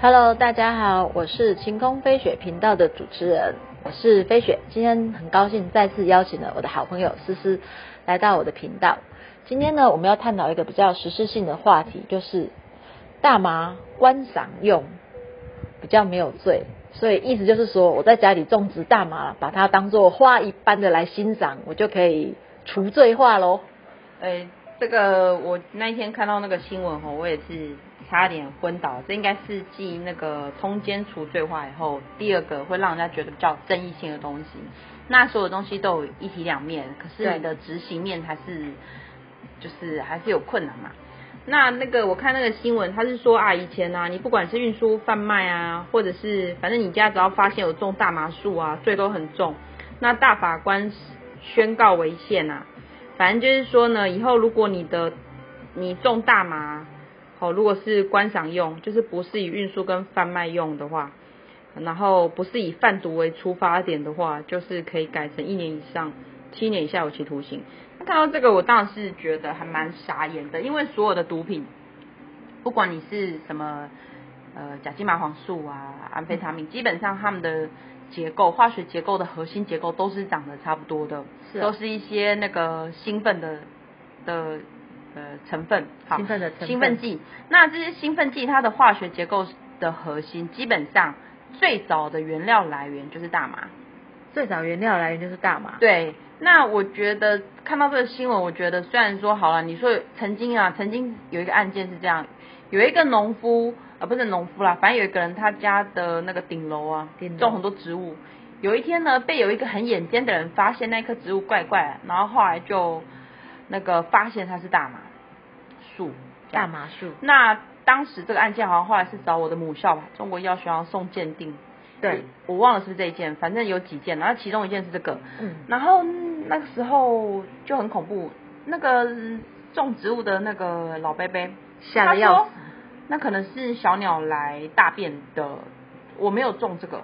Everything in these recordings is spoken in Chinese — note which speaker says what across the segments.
Speaker 1: Hello，大家好，我是晴空飞雪频道的主持人，我是飞雪。今天很高兴再次邀请了我的好朋友思思来到我的频道。今天呢，我们要探讨一个比较实质性的话题，就是大麻观赏用比较没有罪，所以意思就是说，我在家里种植大麻，把它当做花一般的来欣赏，我就可以除罪化喽。
Speaker 2: 哎，这个我那一天看到那个新闻吼，我也是差点昏倒。这应该是继那个通奸除罪化以后，第二个会让人家觉得比较有争议性的东西。那所有东西都有一体两面，可是你的执行面还是就是还是有困难嘛。那那个我看那个新闻，他是说啊，以前啊，你不管是运输、贩卖啊，或者是反正你家只要发现有种大麻树啊，罪都很重。那大法官宣告违宪啊，反正就是说呢，以后如果你的你种大麻，好、如果是观赏用，就是不是以运输跟贩卖用的话，然后不是以贩毒为出发点的话，就是可以改成一年以上七年以下有期徒刑。那看到这个，我当然是觉得还蛮傻眼的，因为所有的毒品，不管你是什么，呃，甲基麻黄素啊、安非他命，基本上它们的结构、化学结构的核心结构都是长得差不多的，
Speaker 1: 是啊
Speaker 2: 都是一些那个兴奋的的呃成分，好，
Speaker 1: 兴奋的成分
Speaker 2: 兴奋剂。那这些兴奋剂它的化学结构的核心，基本上最早的原料来源就是大麻。
Speaker 1: 最早原料来源就是大麻，
Speaker 2: 对，那我觉得看到这个新闻，我觉得虽然说好了，你说曾经啊，曾经有一个案件是这样，有一个农夫啊、呃不是农夫啦，反正有一个人他家的那个顶楼啊
Speaker 1: 顶楼，
Speaker 2: 种很多植物。有一天呢，被有一个很眼尖的人发现那棵植物怪怪，然后后来就那个发现它是大麻树，
Speaker 1: 大麻树，
Speaker 2: 那当时这个案件好像后来是找我的母校吧，中国医药学校送鉴定。
Speaker 1: 对，
Speaker 2: 我忘了是不是这一件，反正有几件，然后其中一件是这个。
Speaker 1: 嗯
Speaker 2: 然后嗯那个时候就很恐怖，那个嗯种植物的那个老伯伯
Speaker 1: 吓得要死
Speaker 2: 他说那可能是小鸟来大便的，我没有种这个。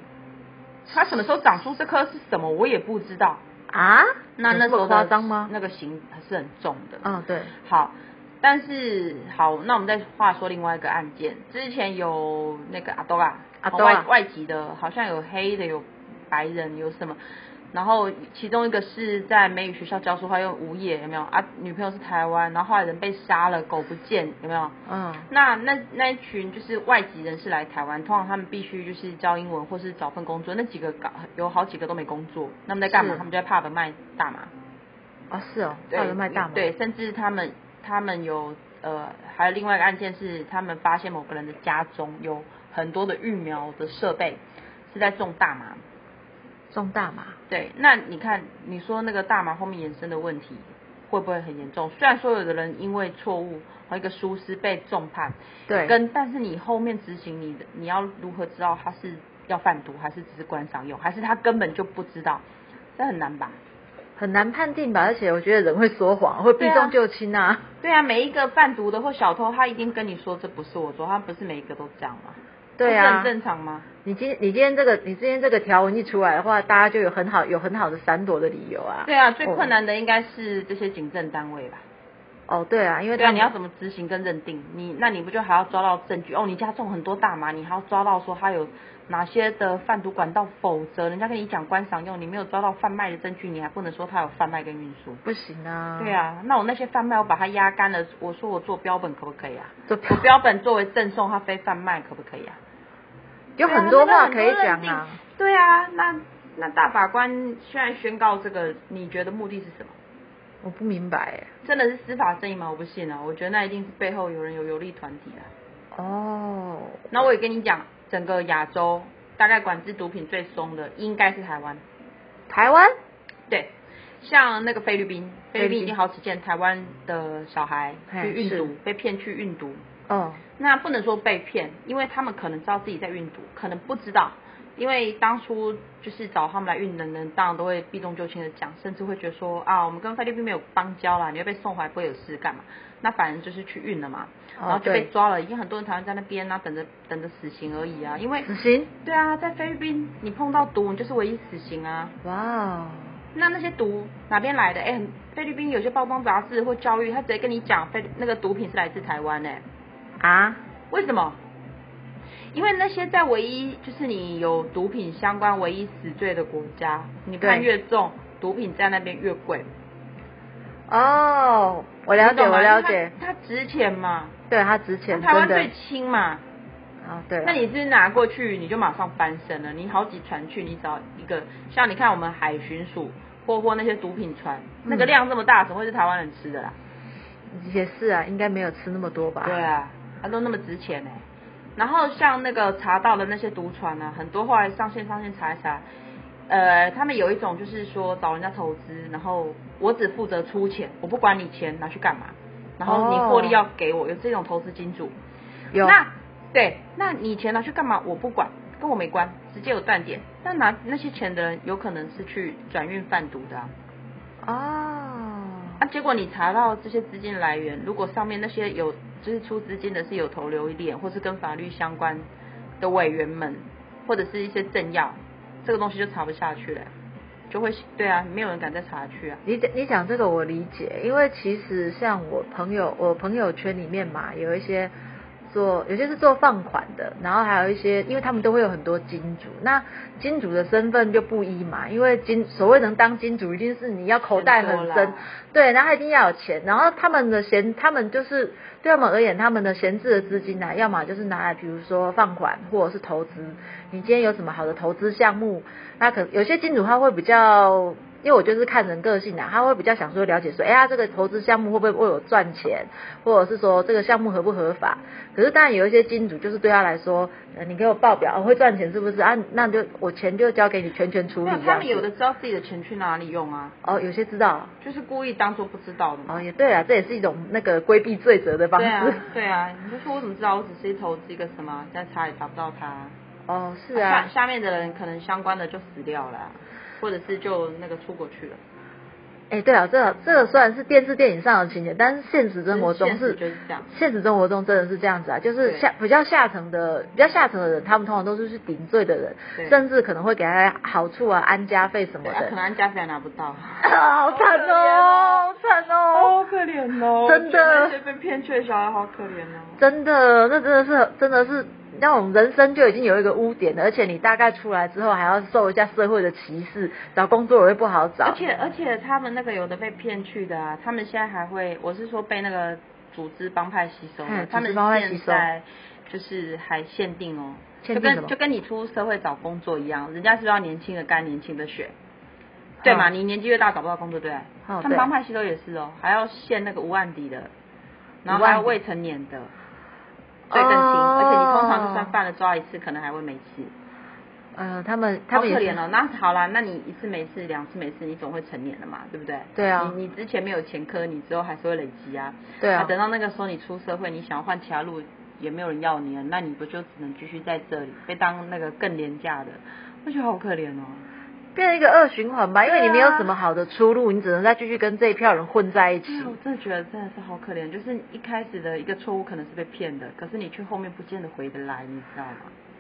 Speaker 2: 它什么时候长出这棵是什么，我也不知道。
Speaker 1: 啊？
Speaker 2: 那
Speaker 1: 有
Speaker 2: 那
Speaker 1: 这
Speaker 2: 时
Speaker 1: 么
Speaker 2: 候
Speaker 1: 夸
Speaker 2: 的
Speaker 1: 张吗？
Speaker 2: 那个刑还是很重的。
Speaker 1: 嗯，对，
Speaker 2: 好，但是好，那我们再话说另外一个案件，之前有那个阿多啊，
Speaker 1: 阿多啊
Speaker 2: 外外籍的，好像有黑的，有白人，有什么？然后其中一个是在美语学校教书，他又无业，有没有啊？女朋友是台湾，然后后来人被杀了，狗不见，有没有？
Speaker 1: 嗯，
Speaker 2: 那那那一群就是外籍人士来台湾，通常他们必须就是教英文或是找份工作。那几个搞有好几个都没工作，那么在干嘛
Speaker 1: 是？
Speaker 2: 他们就在 pub 卖大麻。啊
Speaker 1: 哦，是哦，
Speaker 2: 对
Speaker 1: 他有卖大麻，
Speaker 2: 对，，甚至他们他们有呃，还有另外一个案件是，他们发现某个人的家中有很多的育苗的设备是在种大麻。
Speaker 1: 种大麻，
Speaker 2: 对，那你看，你说那个大麻后面延伸的问题会不会很严重？虽然说有的人因为错误和一个疏失被重判，
Speaker 1: 对，
Speaker 2: 跟但是你后面执行你的，你要如何知道他是要贩毒，还是只是观赏用，还是他根本就不知道？这很难吧？
Speaker 1: 很难判定吧，而且我觉得人会说谎，会避
Speaker 2: 对啊
Speaker 1: 重就轻啊。
Speaker 2: 对啊，每一个贩毒的或小偷，他一定跟你说这不是我做，他不是每一个都这样吗？
Speaker 1: 对
Speaker 2: 这是
Speaker 1: 啊
Speaker 2: 很，正常吗？
Speaker 1: 你今你今天这个你今天这个条文一出来的话，大家就有很好有很好的闪躲的理由啊。
Speaker 2: 对啊，最困难的应该是这些警政单位吧？
Speaker 1: 哦。哦，对啊，因为
Speaker 2: 对啊，
Speaker 1: 他们
Speaker 2: 你要怎么执行跟认定？你那你不就还要抓到证据？哦，你家种很多大麻，你还要抓到说他有哪些的贩毒管道，否则人家跟你讲观赏用，你没有抓到贩卖的证据，你还不能说他有贩卖跟运输。
Speaker 1: 不行啊？
Speaker 2: 对，啊，那我那些贩卖，我把它压干了，我说我做标本可不可以啊？
Speaker 1: 做
Speaker 2: 我标本作为赠送，它非贩卖可不可以啊？
Speaker 1: 有
Speaker 2: 啊
Speaker 1: 很多话可以讲啊。
Speaker 2: 对啊，那那大法官虽然宣告这个，你觉得目的是什么？
Speaker 1: 我不明白欸耶。
Speaker 2: 真的是司法正义吗？我不信啊，我觉得那一定是背后有人有有利团体啊。
Speaker 1: 哦，
Speaker 2: 那我也跟你讲，整个亚洲大概管制毒品最松的应该是台湾，
Speaker 1: 台湾
Speaker 2: 对，像那个菲律宾，菲
Speaker 1: 菲律
Speaker 2: 律宾
Speaker 1: 宾
Speaker 2: 已经好几件台湾的小孩
Speaker 1: 嘿
Speaker 2: 去运毒
Speaker 1: 是，
Speaker 2: 被骗去运毒，
Speaker 1: 哦，
Speaker 2: 那不能说被骗，因为他们可能知道自己在运毒，可能不知道，因为当初就是找他们来运的人，当然都会避重就轻的讲，甚至会觉得说啊，我们跟菲律宾没有邦交啦，你会被送回来不会有事干嘛？那反正就是去运了嘛，然后
Speaker 1: 哦
Speaker 2: 就被
Speaker 1: 对，
Speaker 2: 抓了，已经很多人台湾在那边啊，等着等着死刑而已 啊，因为
Speaker 1: 死刑，
Speaker 2: 对啊，在菲律宾你碰到毒，你就是唯一死刑啊。
Speaker 1: 哇哦，
Speaker 2: 那那些毒哪边来的？哎、很菲律宾有些包装杂志或教育，他直欸接跟你讲，菲那个毒品是来自台湾哎、
Speaker 1: 啊，
Speaker 2: 为什么？因为那些在唯一就是你有毒品相关唯一死罪的国家，你判
Speaker 1: 对
Speaker 2: 越重，毒品在那边越贵。
Speaker 1: 哦，我了
Speaker 2: 你
Speaker 1: 解，
Speaker 2: 懂吗
Speaker 1: 我了
Speaker 2: 因为
Speaker 1: 解，
Speaker 2: 它它值钱嘛，
Speaker 1: 对它值钱，
Speaker 2: 啊台湾
Speaker 1: 真的
Speaker 2: 最轻嘛。
Speaker 1: 啊，对啊，
Speaker 2: 那你是拿过去，你就马上翻身了。你好几船去，你找一个像你看我们海巡署或或那些毒品船，那
Speaker 1: 嗯
Speaker 2: 个量这么大，怎么会是台湾人吃的啦？
Speaker 1: 也是啊，应该没有吃那么多吧？
Speaker 2: 对啊，它都那么值钱呢、欸然后像那个查到的那些毒船啊，很多后来上线上线查一查，呃，他们有一种就是说找人家投资，然后我只负责出钱，我不管你钱拿去干嘛，然后你
Speaker 1: 哦
Speaker 2: 获利要给我，有这种投资金主。
Speaker 1: 有
Speaker 2: 那对，那你钱拿去干嘛？我不管，跟我没关，直接有断点。但拿那些钱的人有可能是去转运贩毒的啊。
Speaker 1: 哦，
Speaker 2: 啊，结果你查到这些资金来源，如果上面那些有就是出资金的是有头留一点，或是跟法律相关的委员们，或者是一些政要，这个东西就查不下去了，就会对啊，没有人敢再查下去啊。
Speaker 1: 你讲你讲这个我理解，因为其实像我朋友，我朋友圈里面嘛，有一些做，有些是做放款的，然后还有一些，因为他们都会有很多金主，那金主的身份就不一嘛，因为金所谓能当金主，一定是你要口袋
Speaker 2: 很
Speaker 1: 很
Speaker 2: 多啦
Speaker 1: 深，对，然后一定要有钱，然后他们的闲，他们就是对他们而言，他们的闲置的资金呢、啊要么就是拿来，比如说放款或者是投资。你今天有什么好的投资项目？那可有些金主他会比较，因为我就是看人个性啊，他会比较想说了解说，哎呀，这个投资项目会不会为我赚钱，或者是说这个项目合不合法？可是当然有一些金主就是对他来说，呃、你给我报表、哦、会赚钱是不是啊？那就我钱就交给你全权处理
Speaker 2: 那
Speaker 1: 这
Speaker 2: 他
Speaker 1: 样
Speaker 2: 们有的
Speaker 1: 子。
Speaker 2: 知道自己的钱去哪里用啊，
Speaker 1: 哦，有些知道。
Speaker 2: 就是故意当做不知道的嘛。
Speaker 1: 哦，也对啊，这也是一种那个规避罪责的方式。
Speaker 2: 对啊，对啊，你就说我怎么知道？我只是投资一个什么，再查也查不到他。
Speaker 1: 哦，是啊
Speaker 2: 下，下面的人可能相关的就死掉了啊、或者是就那个出国去了。
Speaker 1: 哎，对啊，这个这个虽然是电视电影上的情节，但是现实生活中
Speaker 2: 现实
Speaker 1: 是
Speaker 2: 就是这样
Speaker 1: 现实生活中真的是这样子啊，就是
Speaker 2: 对
Speaker 1: 下比较下层的比较下层的人，他们通常都是去顶罪的人，
Speaker 2: 对
Speaker 1: 甚至可能会给他好处啊、安家费什么
Speaker 2: 对啊，
Speaker 1: 的
Speaker 2: 可，能安家费还拿不到。
Speaker 1: 好惨哦，好惨哦，
Speaker 2: 好可怜哦！
Speaker 1: 真的
Speaker 2: 我觉得那些被骗去的小孩好可怜哦。
Speaker 1: 真的，那真的是真的是那种人生就已经有一个污点了，而且你大概出来之后还要受一下社会的歧视，找工作也会不好找，
Speaker 2: 而且而且他们那个有的被骗去的啊，他们现在还会，我是说被那个组织帮派吸收
Speaker 1: 嗯
Speaker 2: 的，他
Speaker 1: 组
Speaker 2: 们
Speaker 1: 织帮派吸
Speaker 2: 现
Speaker 1: 收
Speaker 2: 在就是还限定哦，
Speaker 1: 限
Speaker 2: 就
Speaker 1: 定什么
Speaker 2: 跟就跟你出社会找工作一样，人家是要年轻的干，年轻的学。对嘛？
Speaker 1: 嗯
Speaker 2: 你年纪越大找不到工作，对不对？
Speaker 1: 哦对
Speaker 2: 他们帮派吸收也是哦，还要限那个无案底的，然
Speaker 1: 无
Speaker 2: 后
Speaker 1: 案
Speaker 2: 还有
Speaker 1: 底
Speaker 2: 未成年的，所以更轻。
Speaker 1: 哦
Speaker 2: 而且你通常就算犯了抓一次，可能还会没事。
Speaker 1: 呃，他们他
Speaker 2: 好
Speaker 1: 们
Speaker 2: 可
Speaker 1: 也是
Speaker 2: 怜哦。那好啦，那你一次没事，两次没事，你总会成年了嘛，对不对？
Speaker 1: 对啊
Speaker 2: 你你之前没有前科，你之后还是会累积啊。
Speaker 1: 对啊
Speaker 2: 等到那个时候你出社会，你想要换其他路，也没有人要你了，那你不就只能继续在这里被当那个更廉价的？我觉得好可怜哦。
Speaker 1: 变成一个恶循环吧，因为
Speaker 2: 对啊
Speaker 1: 你没有什么好的出路，你只能再继续跟这一票人混在一起。
Speaker 2: 对，我真的觉得真的是好可怜，就是一开始的一个错误可能是被骗的，可是你却后面不见得回得来，你知道吗？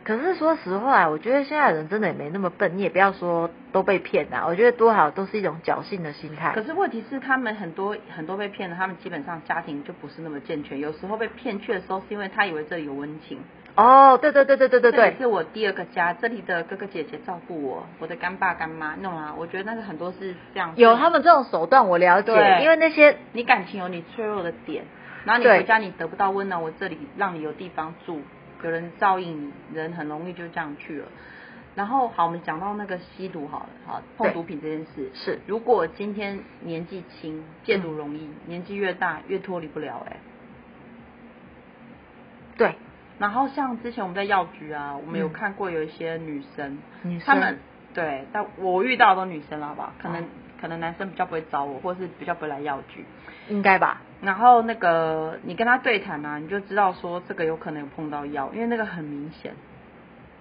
Speaker 1: 可是说实话，我觉得现在人真的也没那么笨，你也不要说都被骗啦、我觉得多少都是一种侥幸的心态
Speaker 2: 可。是问题是，他们很多很多被骗的，他们基本上家庭就不是那么健全，有时候被骗去的时候，是因为他以为这里有温情。
Speaker 1: 哦，对对对对对对
Speaker 2: 这里
Speaker 1: 对，
Speaker 2: 是我第二个家，这里的哥哥姐姐照顾我，我的干爸干妈，弄啊，我觉得那个很多是这样。
Speaker 1: 有他们这种手段我了解，
Speaker 2: 对
Speaker 1: 因为那些
Speaker 2: 你感情有你脆弱的点，然后你
Speaker 1: 对
Speaker 2: 回家你得不到温暖，我这里让你有地方住，有人照应你，人很容易就这样去了。然后好，我们讲到那个吸毒好了，好碰
Speaker 1: 对
Speaker 2: 毒品这件事，
Speaker 1: 是
Speaker 2: 如果今天年纪轻，戒毒容
Speaker 1: 嗯
Speaker 2: 易，年纪越大越脱离不了哎、
Speaker 1: 对
Speaker 2: 然后像之前我们在药局啊，我们有
Speaker 1: 嗯
Speaker 2: 看过有一些女生，
Speaker 1: 女生
Speaker 2: 她们对，但我遇到的都女生了，好不好？可能、
Speaker 1: 哦
Speaker 2: 可能男生比较不会找我，或者是比较不会来药局。
Speaker 1: 应该吧？
Speaker 2: 然后那个你跟他对谈啊，你就知道说这个有可能有碰到药，因为那个很明显。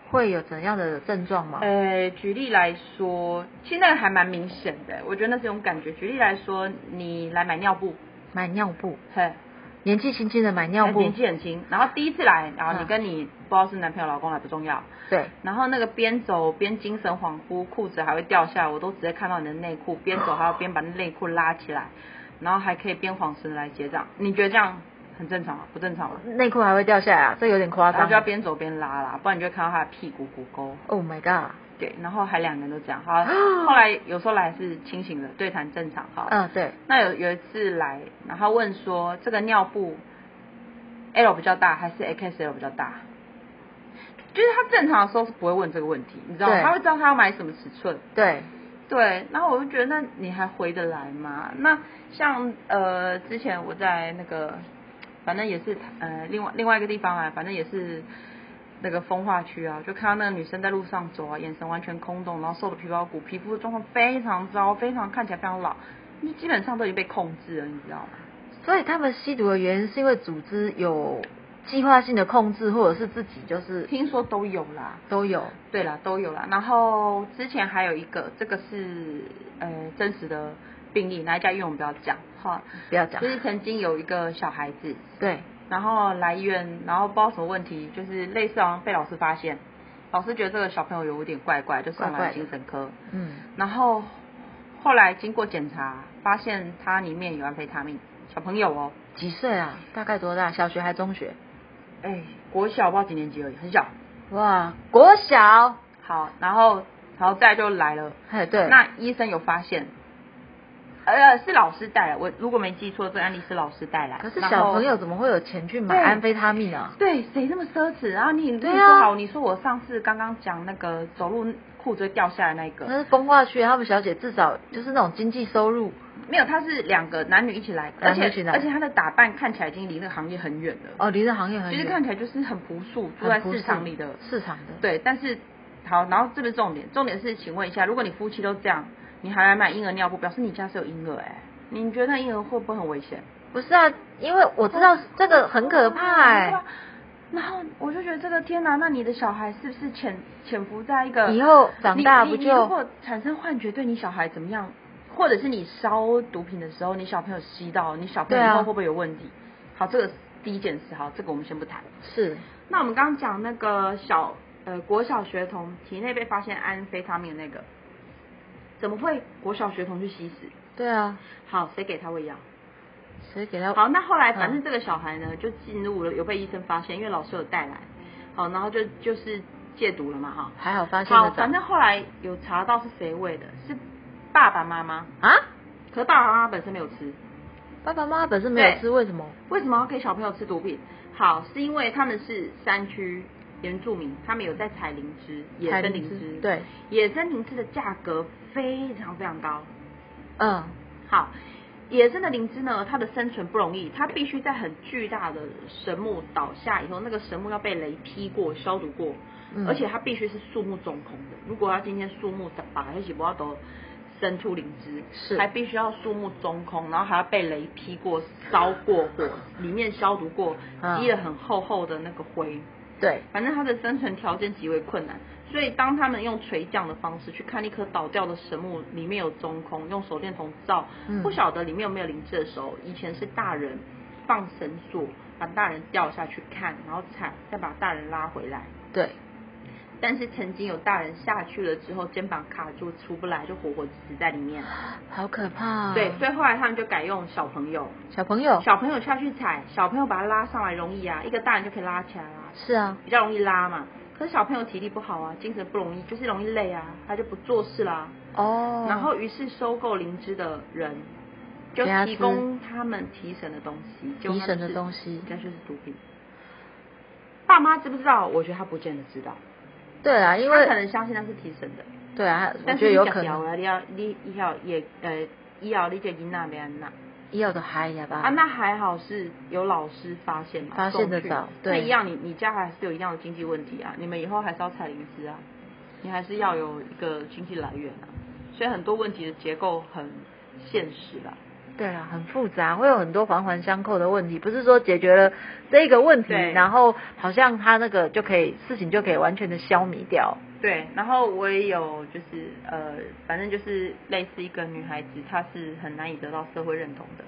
Speaker 1: 会有怎样的症状吗？
Speaker 2: 呃，举例来说，其实那个还蛮明显的，我觉得那是一种感觉。举例来说，你来买尿布，
Speaker 1: 买尿布，
Speaker 2: 嘿，
Speaker 1: 年纪轻轻的买尿
Speaker 2: 哎
Speaker 1: 布，
Speaker 2: 年纪很轻，然后第一次来，然后你
Speaker 1: 嗯
Speaker 2: 跟你、不知道是男朋友老公还不重要，
Speaker 1: 对，
Speaker 2: 然后那个边走边精神恍惚，裤子还会掉下来，我都直接看到你的内裤，边走还要边把内裤拉起来，然后还可以边晃神来结账。你觉得这样很正常啊，不正常啊。
Speaker 1: 内裤还会掉下来啊，这有点夸
Speaker 2: 然后
Speaker 1: 张
Speaker 2: 就。要边走边拉啦，不然你就会看到他的屁股骨沟。
Speaker 1: Oh my god！
Speaker 2: 对，然后还两个人都这样。好，后来有时候来是清醒的，对谈正常。好，
Speaker 1: 嗯，对，
Speaker 2: 那有有一次来，然后问说这个尿布 L 比较大还是 XL 比较大？就是他正常的时候是不会问这个问题，你知道吗？
Speaker 1: 对
Speaker 2: 他会知道他要买什么尺寸。
Speaker 1: 对，
Speaker 2: 对，然后我就觉得，那你还回得来吗？那像呃，之前我在那个，反正也是呃，另外另外一个地方啊，反正也是那个风化区啊，就看到那个女生在路上走啊，眼神完全空洞，然后瘦的皮包骨，皮肤状况非常糟，非常看起来非常老，就基本上都已经被控制了，你知道吗？
Speaker 1: 所以他们吸毒的原因是因为组织有计划性的控制，或者是自己就是
Speaker 2: 听说都有啦，
Speaker 1: 都有。
Speaker 2: 对啦，都有啦。然后之前还有一个，这个是呃真实的病例，哪一家医院我们不要讲哈，
Speaker 1: 不要讲
Speaker 2: 就是曾经有一个小孩子，
Speaker 1: 对，
Speaker 2: 然后来医院，然后不知道什么问题，就是类似好像被老师发现，老师觉得这个小朋友有点怪怪，就送
Speaker 1: 怪怪
Speaker 2: 来
Speaker 1: 的
Speaker 2: 精神科。
Speaker 1: 嗯，
Speaker 2: 然后后来经过检查，发现它里面有安非他命，小朋友哦，
Speaker 1: 几岁啊？大概多大？小学还中学？
Speaker 2: 哎，国小不知道几年级而已，很小。
Speaker 1: 哇，国小，
Speaker 2: 好，然后然后再就来了，
Speaker 1: 哎，对，
Speaker 2: 那医生有发现。呃，是老师带来，我如果没记错，这个案例是老师带来。
Speaker 1: 可是
Speaker 2: 然
Speaker 1: 小
Speaker 2: 后
Speaker 1: 朋友怎么会有钱去买
Speaker 2: 对
Speaker 1: 安非他命啊？
Speaker 2: 对，谁那么奢侈？然后你你
Speaker 1: 对
Speaker 2: 说
Speaker 1: 啊
Speaker 2: 好，你说我上次刚刚讲那个走路裤子会掉下来那个，
Speaker 1: 那是风化区，他们小姐至少就是那种经济收入，
Speaker 2: 没有，他是两个男女一起来，而
Speaker 1: 男女
Speaker 2: 且
Speaker 1: 一起来
Speaker 2: 而且他的打扮看起来已经离那个行业很远了，
Speaker 1: 哦，离这行业很
Speaker 2: 就
Speaker 1: 远，
Speaker 2: 是看起来就是很朴素，住在
Speaker 1: 很不
Speaker 2: 市场里的。
Speaker 1: 市场的，
Speaker 2: 对，但是好，然后这不是重点，重点是请问一下，如果你夫妻都这样，你还来买婴儿尿布，表示你家是有婴儿哎、你觉得那婴儿会不会很危险？
Speaker 1: 不是啊，因为我知道这个很可怕哎、
Speaker 2: 对啊然后我就觉得这个天哪，那你的小孩是不是潜潜伏在一个
Speaker 1: 以后长大
Speaker 2: 你
Speaker 1: 不
Speaker 2: 你你如
Speaker 1: 就
Speaker 2: 果产生幻觉，对你小孩怎么样？或者是你烧毒品的时候，你小朋友吸到，你小朋友以
Speaker 1: 对啊
Speaker 2: 后会不会有问题？好，这个是第一件事，好，这个我们先不谈。
Speaker 1: 是
Speaker 2: 那我们刚刚讲那个小呃国小学童体内被发现安非他命的那个，怎么会国小学童去吸食？
Speaker 1: 对啊，
Speaker 2: 好，谁给他喂药？
Speaker 1: 谁给他
Speaker 2: 好，那后来反
Speaker 1: 嗯
Speaker 2: 正这个小孩呢，就进入了有被医生发现，因为老师有带来，好，然后就就是戒毒了嘛，哈。
Speaker 1: 还好发现
Speaker 2: 好，
Speaker 1: 得早
Speaker 2: 反正后来有查到是谁喂的，是爸爸妈妈，
Speaker 1: 啊？
Speaker 2: 可是爸爸妈妈本身没有吃，
Speaker 1: 爸爸妈妈本身没有吃，为什么？
Speaker 2: 为什么要给小朋友吃毒品？好，是因为他们是山区原住民，他们有在采灵芝、野
Speaker 1: 才
Speaker 2: 生
Speaker 1: 灵
Speaker 2: 灵芝，，
Speaker 1: 对，
Speaker 2: 野生灵芝的价格非常非常高，
Speaker 1: 嗯，
Speaker 2: 好，野生的灵芝呢，它的生存不容易，它必须在很巨大的神木倒下以后，那个神木要被雷劈过、消毒过，
Speaker 1: 嗯
Speaker 2: 而且它必须是树木中空的。如果它今天树木把那些不要都生出灵芝，
Speaker 1: 是
Speaker 2: 还必须要树木中空，然后还要被雷劈过、烧过火，里面消毒过，
Speaker 1: 嗯
Speaker 2: 积了很厚厚的那个灰。
Speaker 1: 对，
Speaker 2: 反正它的生存条件极为困难，所以当他们用垂降的方式去看一棵倒掉的神木里面有中空，用手电筒照
Speaker 1: 嗯，
Speaker 2: 不晓得里面有没有灵芝的时候，以前是大人放绳索把大人吊下去看，然后踩，再把大人拉回来。
Speaker 1: 对，
Speaker 2: 但是曾经有大人下去了之后，肩膀卡住出不来，就活活死在里面。
Speaker 1: 好可怕、啊。
Speaker 2: 对，所以后来他们就改用小朋友，
Speaker 1: 小朋友
Speaker 2: 小朋友下去踩，小朋友把他拉上来容易啊，一个大人就可以拉起来啦。
Speaker 1: 是啊，
Speaker 2: 比较容易拉嘛。可是小朋友体力不好啊，精神不容易，就是容易累啊，他就不做事啦。
Speaker 1: 哦，
Speaker 2: 然后于是收购灵芝的人就
Speaker 1: 给他
Speaker 2: 提
Speaker 1: 吃
Speaker 2: 供他们提神的东西，结果
Speaker 1: 提
Speaker 2: 他
Speaker 1: 神的
Speaker 2: 们是
Speaker 1: 东西
Speaker 2: 应该就是毒品。爸妈知不知道？我觉得他不见得知道，
Speaker 1: 对啊，因
Speaker 2: 他可
Speaker 1: 为
Speaker 2: 能相信那是提神的，
Speaker 1: 对啊，我
Speaker 2: 但
Speaker 1: 觉
Speaker 2: 是
Speaker 1: 得
Speaker 2: 你
Speaker 1: 有
Speaker 2: 吃
Speaker 1: 可
Speaker 2: 掉
Speaker 1: 能
Speaker 2: 啊，你要你以后也呃以后你这囡仔要安那。
Speaker 1: 要的嗨呀吧。
Speaker 2: 啊，那还好是有老师发现嘛，
Speaker 1: 发现得早
Speaker 2: 送去
Speaker 1: 对
Speaker 2: 那一样你你家还是有一样的经济问题啊，你们以后还是要采灵芝啊，你还是要有一个经济来源啊，所以很多问题的结构很现实啦。
Speaker 1: 对啊，很复杂，会有很多环环相扣的问题，不是说解决了这一个问题，
Speaker 2: 对
Speaker 1: 然后好像他那个就可以事情就可以完全的消弭掉。
Speaker 2: 对，然后我也有就是呃，反正就是类似一个女孩子，她是很难以得到社会认同的，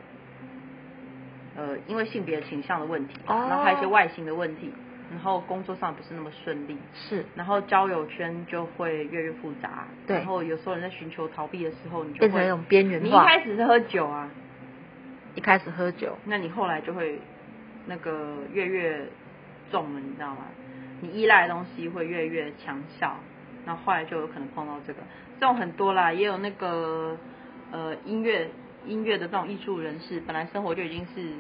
Speaker 2: 呃，因为性别倾向的问题，
Speaker 1: 哦
Speaker 2: 然后还有一些外形的问题，然后工作上不是那么顺利，
Speaker 1: 是，
Speaker 2: 然后交友圈就会越来越复杂，
Speaker 1: 对
Speaker 2: 然后有时候你在寻求逃避的时候，你就会
Speaker 1: 变成一种边缘
Speaker 2: 你一
Speaker 1: 化
Speaker 2: 开始是喝酒啊，
Speaker 1: 一开始喝酒，
Speaker 2: 那你后来就会那个越越重了，你知道吗？你依赖的东西会越越强效，然后后来就有可能碰到这个，这种很多啦，也有那个呃音乐音乐的这种艺术人士，本来生活就已经是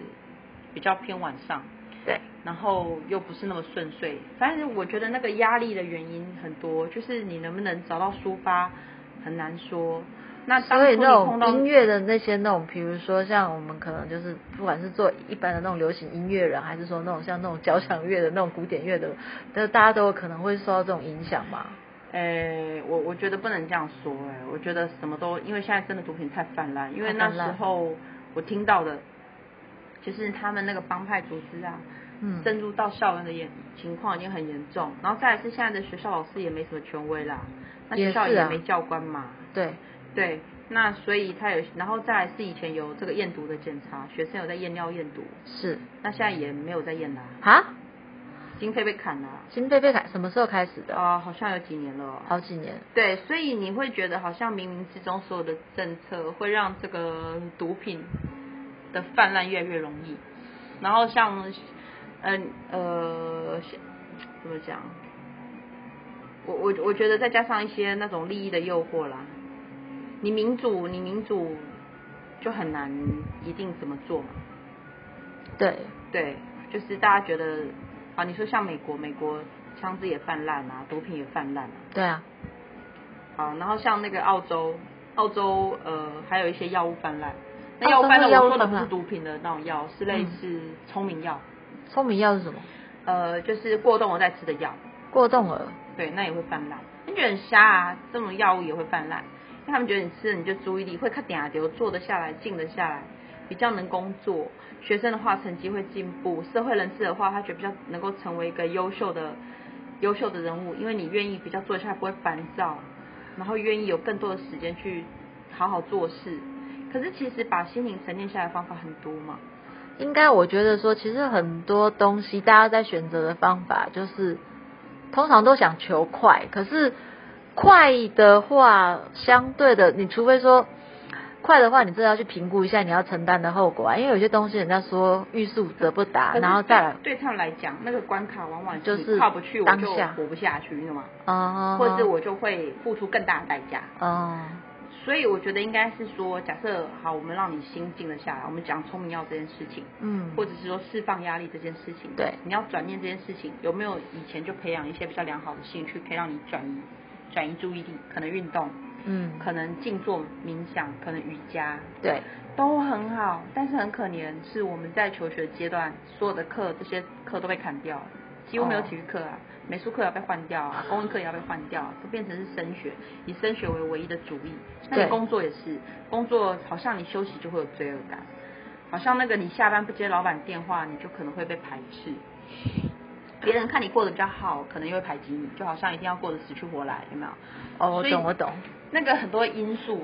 Speaker 2: 比较偏晚上，
Speaker 1: 对，
Speaker 2: 然后又不是那么顺遂。反正我觉得那个压力的原因很多，就是你能不能找到抒发很难说。那当
Speaker 1: 所以
Speaker 2: 初
Speaker 1: 那
Speaker 2: 你
Speaker 1: 种
Speaker 2: 碰到
Speaker 1: 音乐的那些那种，比如说像我们可能就是不管是做一般的那种流行音乐人，还是说那种像那种交响乐的那种古典乐的，但大家都有可能会受到这种影响嘛。
Speaker 2: 诶、哎我我觉得不能这样说、诶，我觉得什么都，因为现在真的毒品太泛滥，因为那时候我听到的，就是他们那个帮派组织啊，
Speaker 1: 嗯，
Speaker 2: 深入到校园的严情况已经很严重，然后再来是现在的学校老师也没什么权威啦，那学校
Speaker 1: 也是
Speaker 2: 也
Speaker 1: 啊
Speaker 2: 没教官嘛，
Speaker 1: 对，
Speaker 2: 对，那所以他有，然后再来是以前有这个验毒的检查，学生有在验尿验毒，
Speaker 1: 是
Speaker 2: 那现在也没有在验啦，
Speaker 1: 啊。
Speaker 2: 经费被砍啦，
Speaker 1: 新贝贝凯什么时候开始的？
Speaker 2: 啊、好像有几年了哦、
Speaker 1: 好几年。
Speaker 2: 对，所以你会觉得好像冥冥之中所有的政策会让这个毒品的泛滥越来越容易。然后像，嗯呃像怎么讲？我我我觉得再加上一些那种利益的诱惑啦，你民主你民主就很难一定怎么做嘛。
Speaker 1: 对，
Speaker 2: 对，就是大家觉得啊，你说像美国，美国枪支也泛滥啊，毒品也泛滥啊。
Speaker 1: 对啊，
Speaker 2: 好，然后像那个澳洲，澳洲呃还有一些药物泛滥。那
Speaker 1: 澳
Speaker 2: 药物
Speaker 1: 洲
Speaker 2: 泛
Speaker 1: 会
Speaker 2: 滥，
Speaker 1: 哦药
Speaker 2: 我
Speaker 1: 物
Speaker 2: 说的
Speaker 1: 泛
Speaker 2: 不是
Speaker 1: 滥嗯
Speaker 2: 毒品的那种药，是类似聪明药，
Speaker 1: 聪明药是什么？
Speaker 2: 呃，就是过动我在吃的药，
Speaker 1: 过动儿。
Speaker 2: 对，那也会泛滥。你觉得很瞎啊？这种药物也会泛滥，因为他们觉得你吃了你就注意力会看点啊，流坐得下来，静得下来，比较能工作。学生的话，成绩会进步；社会人士的话，他觉得比较能够成为一个优秀的优秀的人物，因为你愿意比较坐得下来，不会烦躁，然后愿意有更多的时间去好好做事。可是其实把心灵沉淀下来的方法很多嘛，
Speaker 1: 应该我觉得说，其实很多东西大家在选择的方法，就是通常都想求快，可是快的话，相对的，你除非说快的话，你真的要去评估一下你要承担的后果啊，因为有些东西人家说欲速则不达，
Speaker 2: 可是
Speaker 1: 啊然后再来，
Speaker 2: 对对他们来讲，那个关卡往往
Speaker 1: 就是
Speaker 2: 你跨不去，我
Speaker 1: 当
Speaker 2: 就
Speaker 1: 下
Speaker 2: 活不下去，你懂吗？
Speaker 1: 啊、
Speaker 2: 或者我就会付出更大的代价。
Speaker 1: 啊、
Speaker 2: 所以我觉得应该是说，假设好，我们让你心静了下来，我们讲聪明药这件事情，
Speaker 1: 嗯，
Speaker 2: 或者是说释放压力这件事情，
Speaker 1: 对
Speaker 2: 你要转念这件事情，有没有以前就培养一些比较良好的兴趣，可以让你转移转移注意力？可能运动，
Speaker 1: 嗯，
Speaker 2: 可能静坐冥想，可能瑜伽，
Speaker 1: 对，
Speaker 2: 都很好。但是很可怜，是我们在求学阶段，所有的课这些课都被砍掉了，几乎没有
Speaker 1: 哦
Speaker 2: 体育课啊，美术课要被换掉啊，公益课也要被换掉、啊，都变成是升学，以升学为唯一的主义。那你
Speaker 1: 对
Speaker 2: 工作也是，工作好像你休息就会有罪恶感，好像那个你下班不接老板电话，你就可能会被排斥。别人看你过得比较好，可能又会排挤你，就好像一定要过得死去活来，有没有？
Speaker 1: 哦，我
Speaker 2: 所以
Speaker 1: 懂，我懂。
Speaker 2: 那个很多因素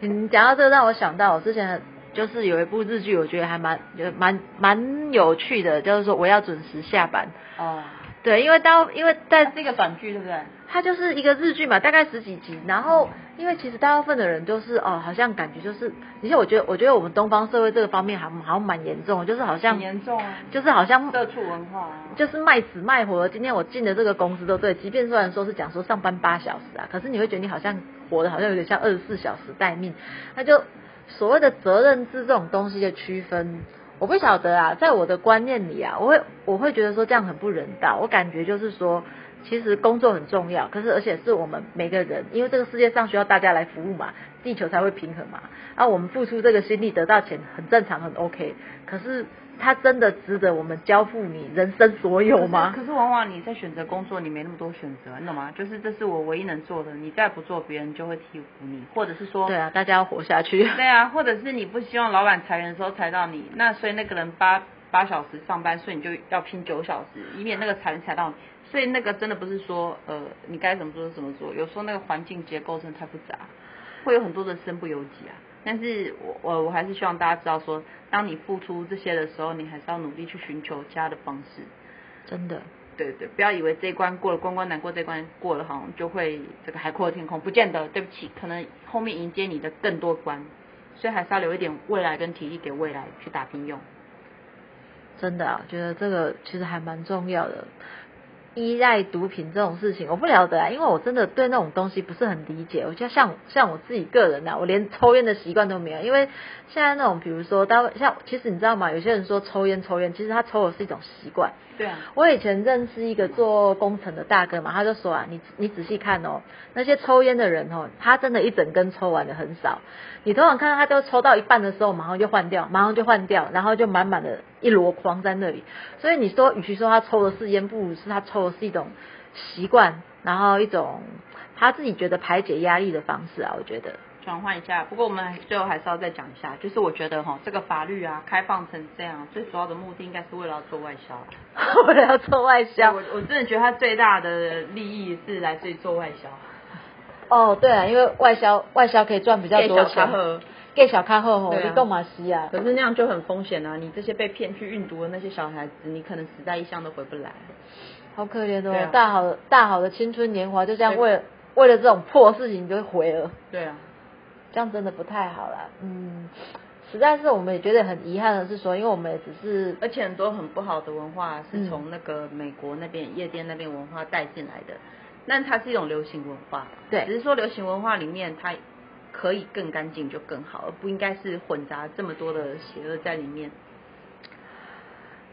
Speaker 1: 你嗯讲到这个，让我想到我之前就是有一部日剧，我觉得还蛮觉得蛮蛮有趣的，就是说我要准时下班。
Speaker 2: 哦，
Speaker 1: 对，因为当因为
Speaker 2: 它
Speaker 1: 在
Speaker 2: 是一个短剧，对不对？
Speaker 1: 它就是一个日剧嘛，大概十几集。然后因为其实大部分的人都是哦，好像感觉就是，而且我觉得我觉得我们东方社会这个方面还好像蛮严重的，就是好像
Speaker 2: 很严重啊，
Speaker 1: 就是好像
Speaker 2: 社畜文化啊，
Speaker 1: 就是卖死卖活。今天我进的这个公司都对，即便虽然说是讲说上班八小时啊，可是你会觉得你好像活的好像有点像二十四小时待命。那就所谓的责任制这种东西的区分，我不晓得啊，在我的观念里啊，我会我会觉得说这样很不人道。我感觉就是说，其实工作很重要，可是而且是我们每个人，因为这个世界上需要大家来服务嘛，地球才会平衡嘛。啊，我们付出这个心力得到钱很正常，很 OK。可是它真的值得我们交付你人生所有吗
Speaker 2: 可？是可是往往你在选择工作，你没那么多选择，你懂吗？就是这是我唯一能做的，你再不做，别人就会替补你，或者是说，
Speaker 1: 对啊，大家要活下去。
Speaker 2: 对啊，或者是你不希望老板裁员的时候裁到你，那所以那个人八八小时上班，所以你就要拼九小时，以免那个裁员裁到你。所以那个真的不是说，呃，你该怎么做就怎么做，有时候那个环境结构真的太复杂，会有很多的身不由己啊。但是我我我还是希望大家知道说，当你付出这些的时候，你还是要努力去寻求其他的方式。
Speaker 1: 真的，
Speaker 2: 对对，不要以为这一关过了，关关难过这一关过了，好像就会这个海阔天空，不见得。对不起，可能后面迎接你的更多关，所以还是要留一点未来跟体力给未来去打拼用。
Speaker 1: 真的啊，我觉得这个其实还蛮重要的。依赖毒品这种事情，我不了得啊，因为我真的对那种东西不是很理解。我就像像我自己个人啊，我连抽烟的习惯都没有，因为现在那种比如说，单位像其实你知道吗？有些人说抽烟抽烟，其实他抽的是一种习惯。
Speaker 2: 对啊，
Speaker 1: 我以前认识一个做工程的大哥嘛，他就说啊，你你仔细看哦，那些抽烟的人哦，他真的一整根抽完的很少。你通常看到他都抽到一半的时候，马上就换掉，马上就换掉，然后就满满的一箩筐在那里。所以你说，与其说他抽的是烟，不如是他抽的是一种习惯，然后一种他自己觉得排解压力的方式啊，我觉得。
Speaker 2: 转换一下。不过我们最后还是要再讲一下，就是我觉得哈，这个法律啊开放成这样，最主要的目的应该是为了要做外销。
Speaker 1: 为了要做外销，
Speaker 2: 我我真的觉得它最大的利益是来自于做外销，
Speaker 1: 哦，对啊，因为外销外销可以赚比较多
Speaker 2: 给小
Speaker 1: 钱
Speaker 2: 咖喝，
Speaker 1: 给小咖后吼，
Speaker 2: 对啊
Speaker 1: 哦你干嘛吸啊？
Speaker 2: 可是那样就很风险啊！你这些被骗去运毒的那些小孩子，你可能死在异乡都回不来。
Speaker 1: 好可怜哦，
Speaker 2: 对啊
Speaker 1: 大好的大好的青春年华就这样
Speaker 2: 对
Speaker 1: 为了为了这种破事情就毁了，
Speaker 2: 对啊，
Speaker 1: 这样真的不太好啦。嗯，实在是我们也觉得很遗憾的是说，因为我们也只是
Speaker 2: 而且很多很不好的文化
Speaker 1: 嗯
Speaker 2: 是从那个美国那边、夜店那边文化带进来的，但它是一种流行文化。
Speaker 1: 对
Speaker 2: 只是说流行文化里面它可以更干净就更好，而不应该是混杂这么多的邪恶在里面。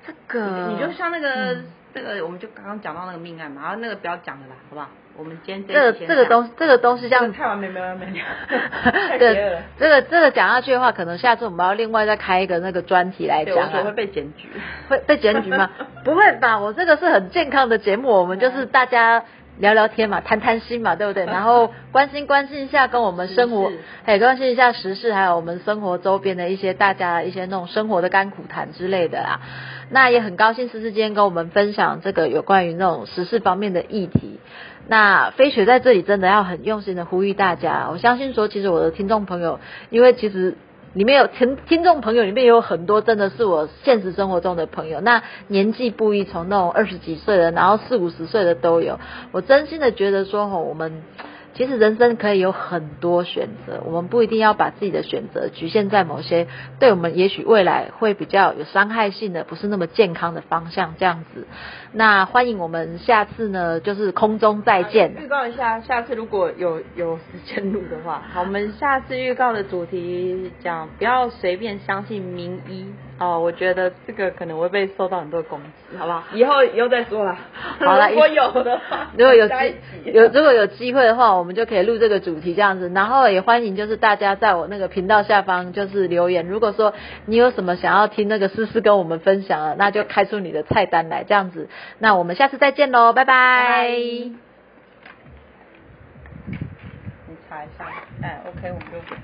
Speaker 1: 这个，
Speaker 2: 你就像那个、
Speaker 1: 嗯
Speaker 2: 那个，我们就刚刚讲到那个命案嘛，啊然后那个不要讲了啦，好不好？我们今天
Speaker 1: 这个
Speaker 2: 一集先
Speaker 1: 这个
Speaker 2: 样
Speaker 1: 东西这个东西这样
Speaker 2: 太完美没完没了，太邪恶
Speaker 1: 对
Speaker 2: 了。，
Speaker 1: 这个这个讲下去的话，可能下次我们要另外再开一个那个专题来
Speaker 2: 对，
Speaker 1: 讲
Speaker 2: 我觉
Speaker 1: 啊
Speaker 2: 得会。被检举。
Speaker 1: 会被检举 吗？不会吧，我这个是很健康的节目，我们就是大家聊聊天嘛，谈谈心嘛，对不对？然后关心关心一下跟我们生活
Speaker 2: 时事，
Speaker 1: 还有关心一下时事，还有我们生活周边的一些大家一些那种生活的甘苦谈之类的啦。那也很高兴思思今天跟我们分享这个有关于那种时事方面的议题。那飞雪在这里真的要很用心的呼吁大家，我相信说，其实我的听众朋友，因为其实里面有听听众朋友，里面有很多真的是我现实生活中的朋友，那年纪不一，从那种二十几岁的，然后四五十岁的都有。我真心的觉得说，吼，我们其实人生可以有很多选择，我们不一定要把自己的选择局限在某些对我们也许未来会比较有伤害性的、不是那么健康的方向这样子。那欢迎我们下次呢，就是空中再见。
Speaker 2: 预告一下，下次如果有有时间录的话，好，我们下次预告的主题讲不要随便相信名医哦，我觉得这个可能会被受到很多攻击，好不好？以后以后再说啦。
Speaker 1: 好啦
Speaker 2: 如果有的话，
Speaker 1: 如果有机
Speaker 2: 下一集
Speaker 1: 有如果有机会的话，我们就可以录这个主题这样子。然后也欢迎就是大家在我那个频道下方就是留言，如果说你有什么想要听那个思思跟我们分享的，那就开出你的菜单来这样子。那我们下次再见喽，拜拜。
Speaker 2: 拜你查一下，哎，OK，我们就。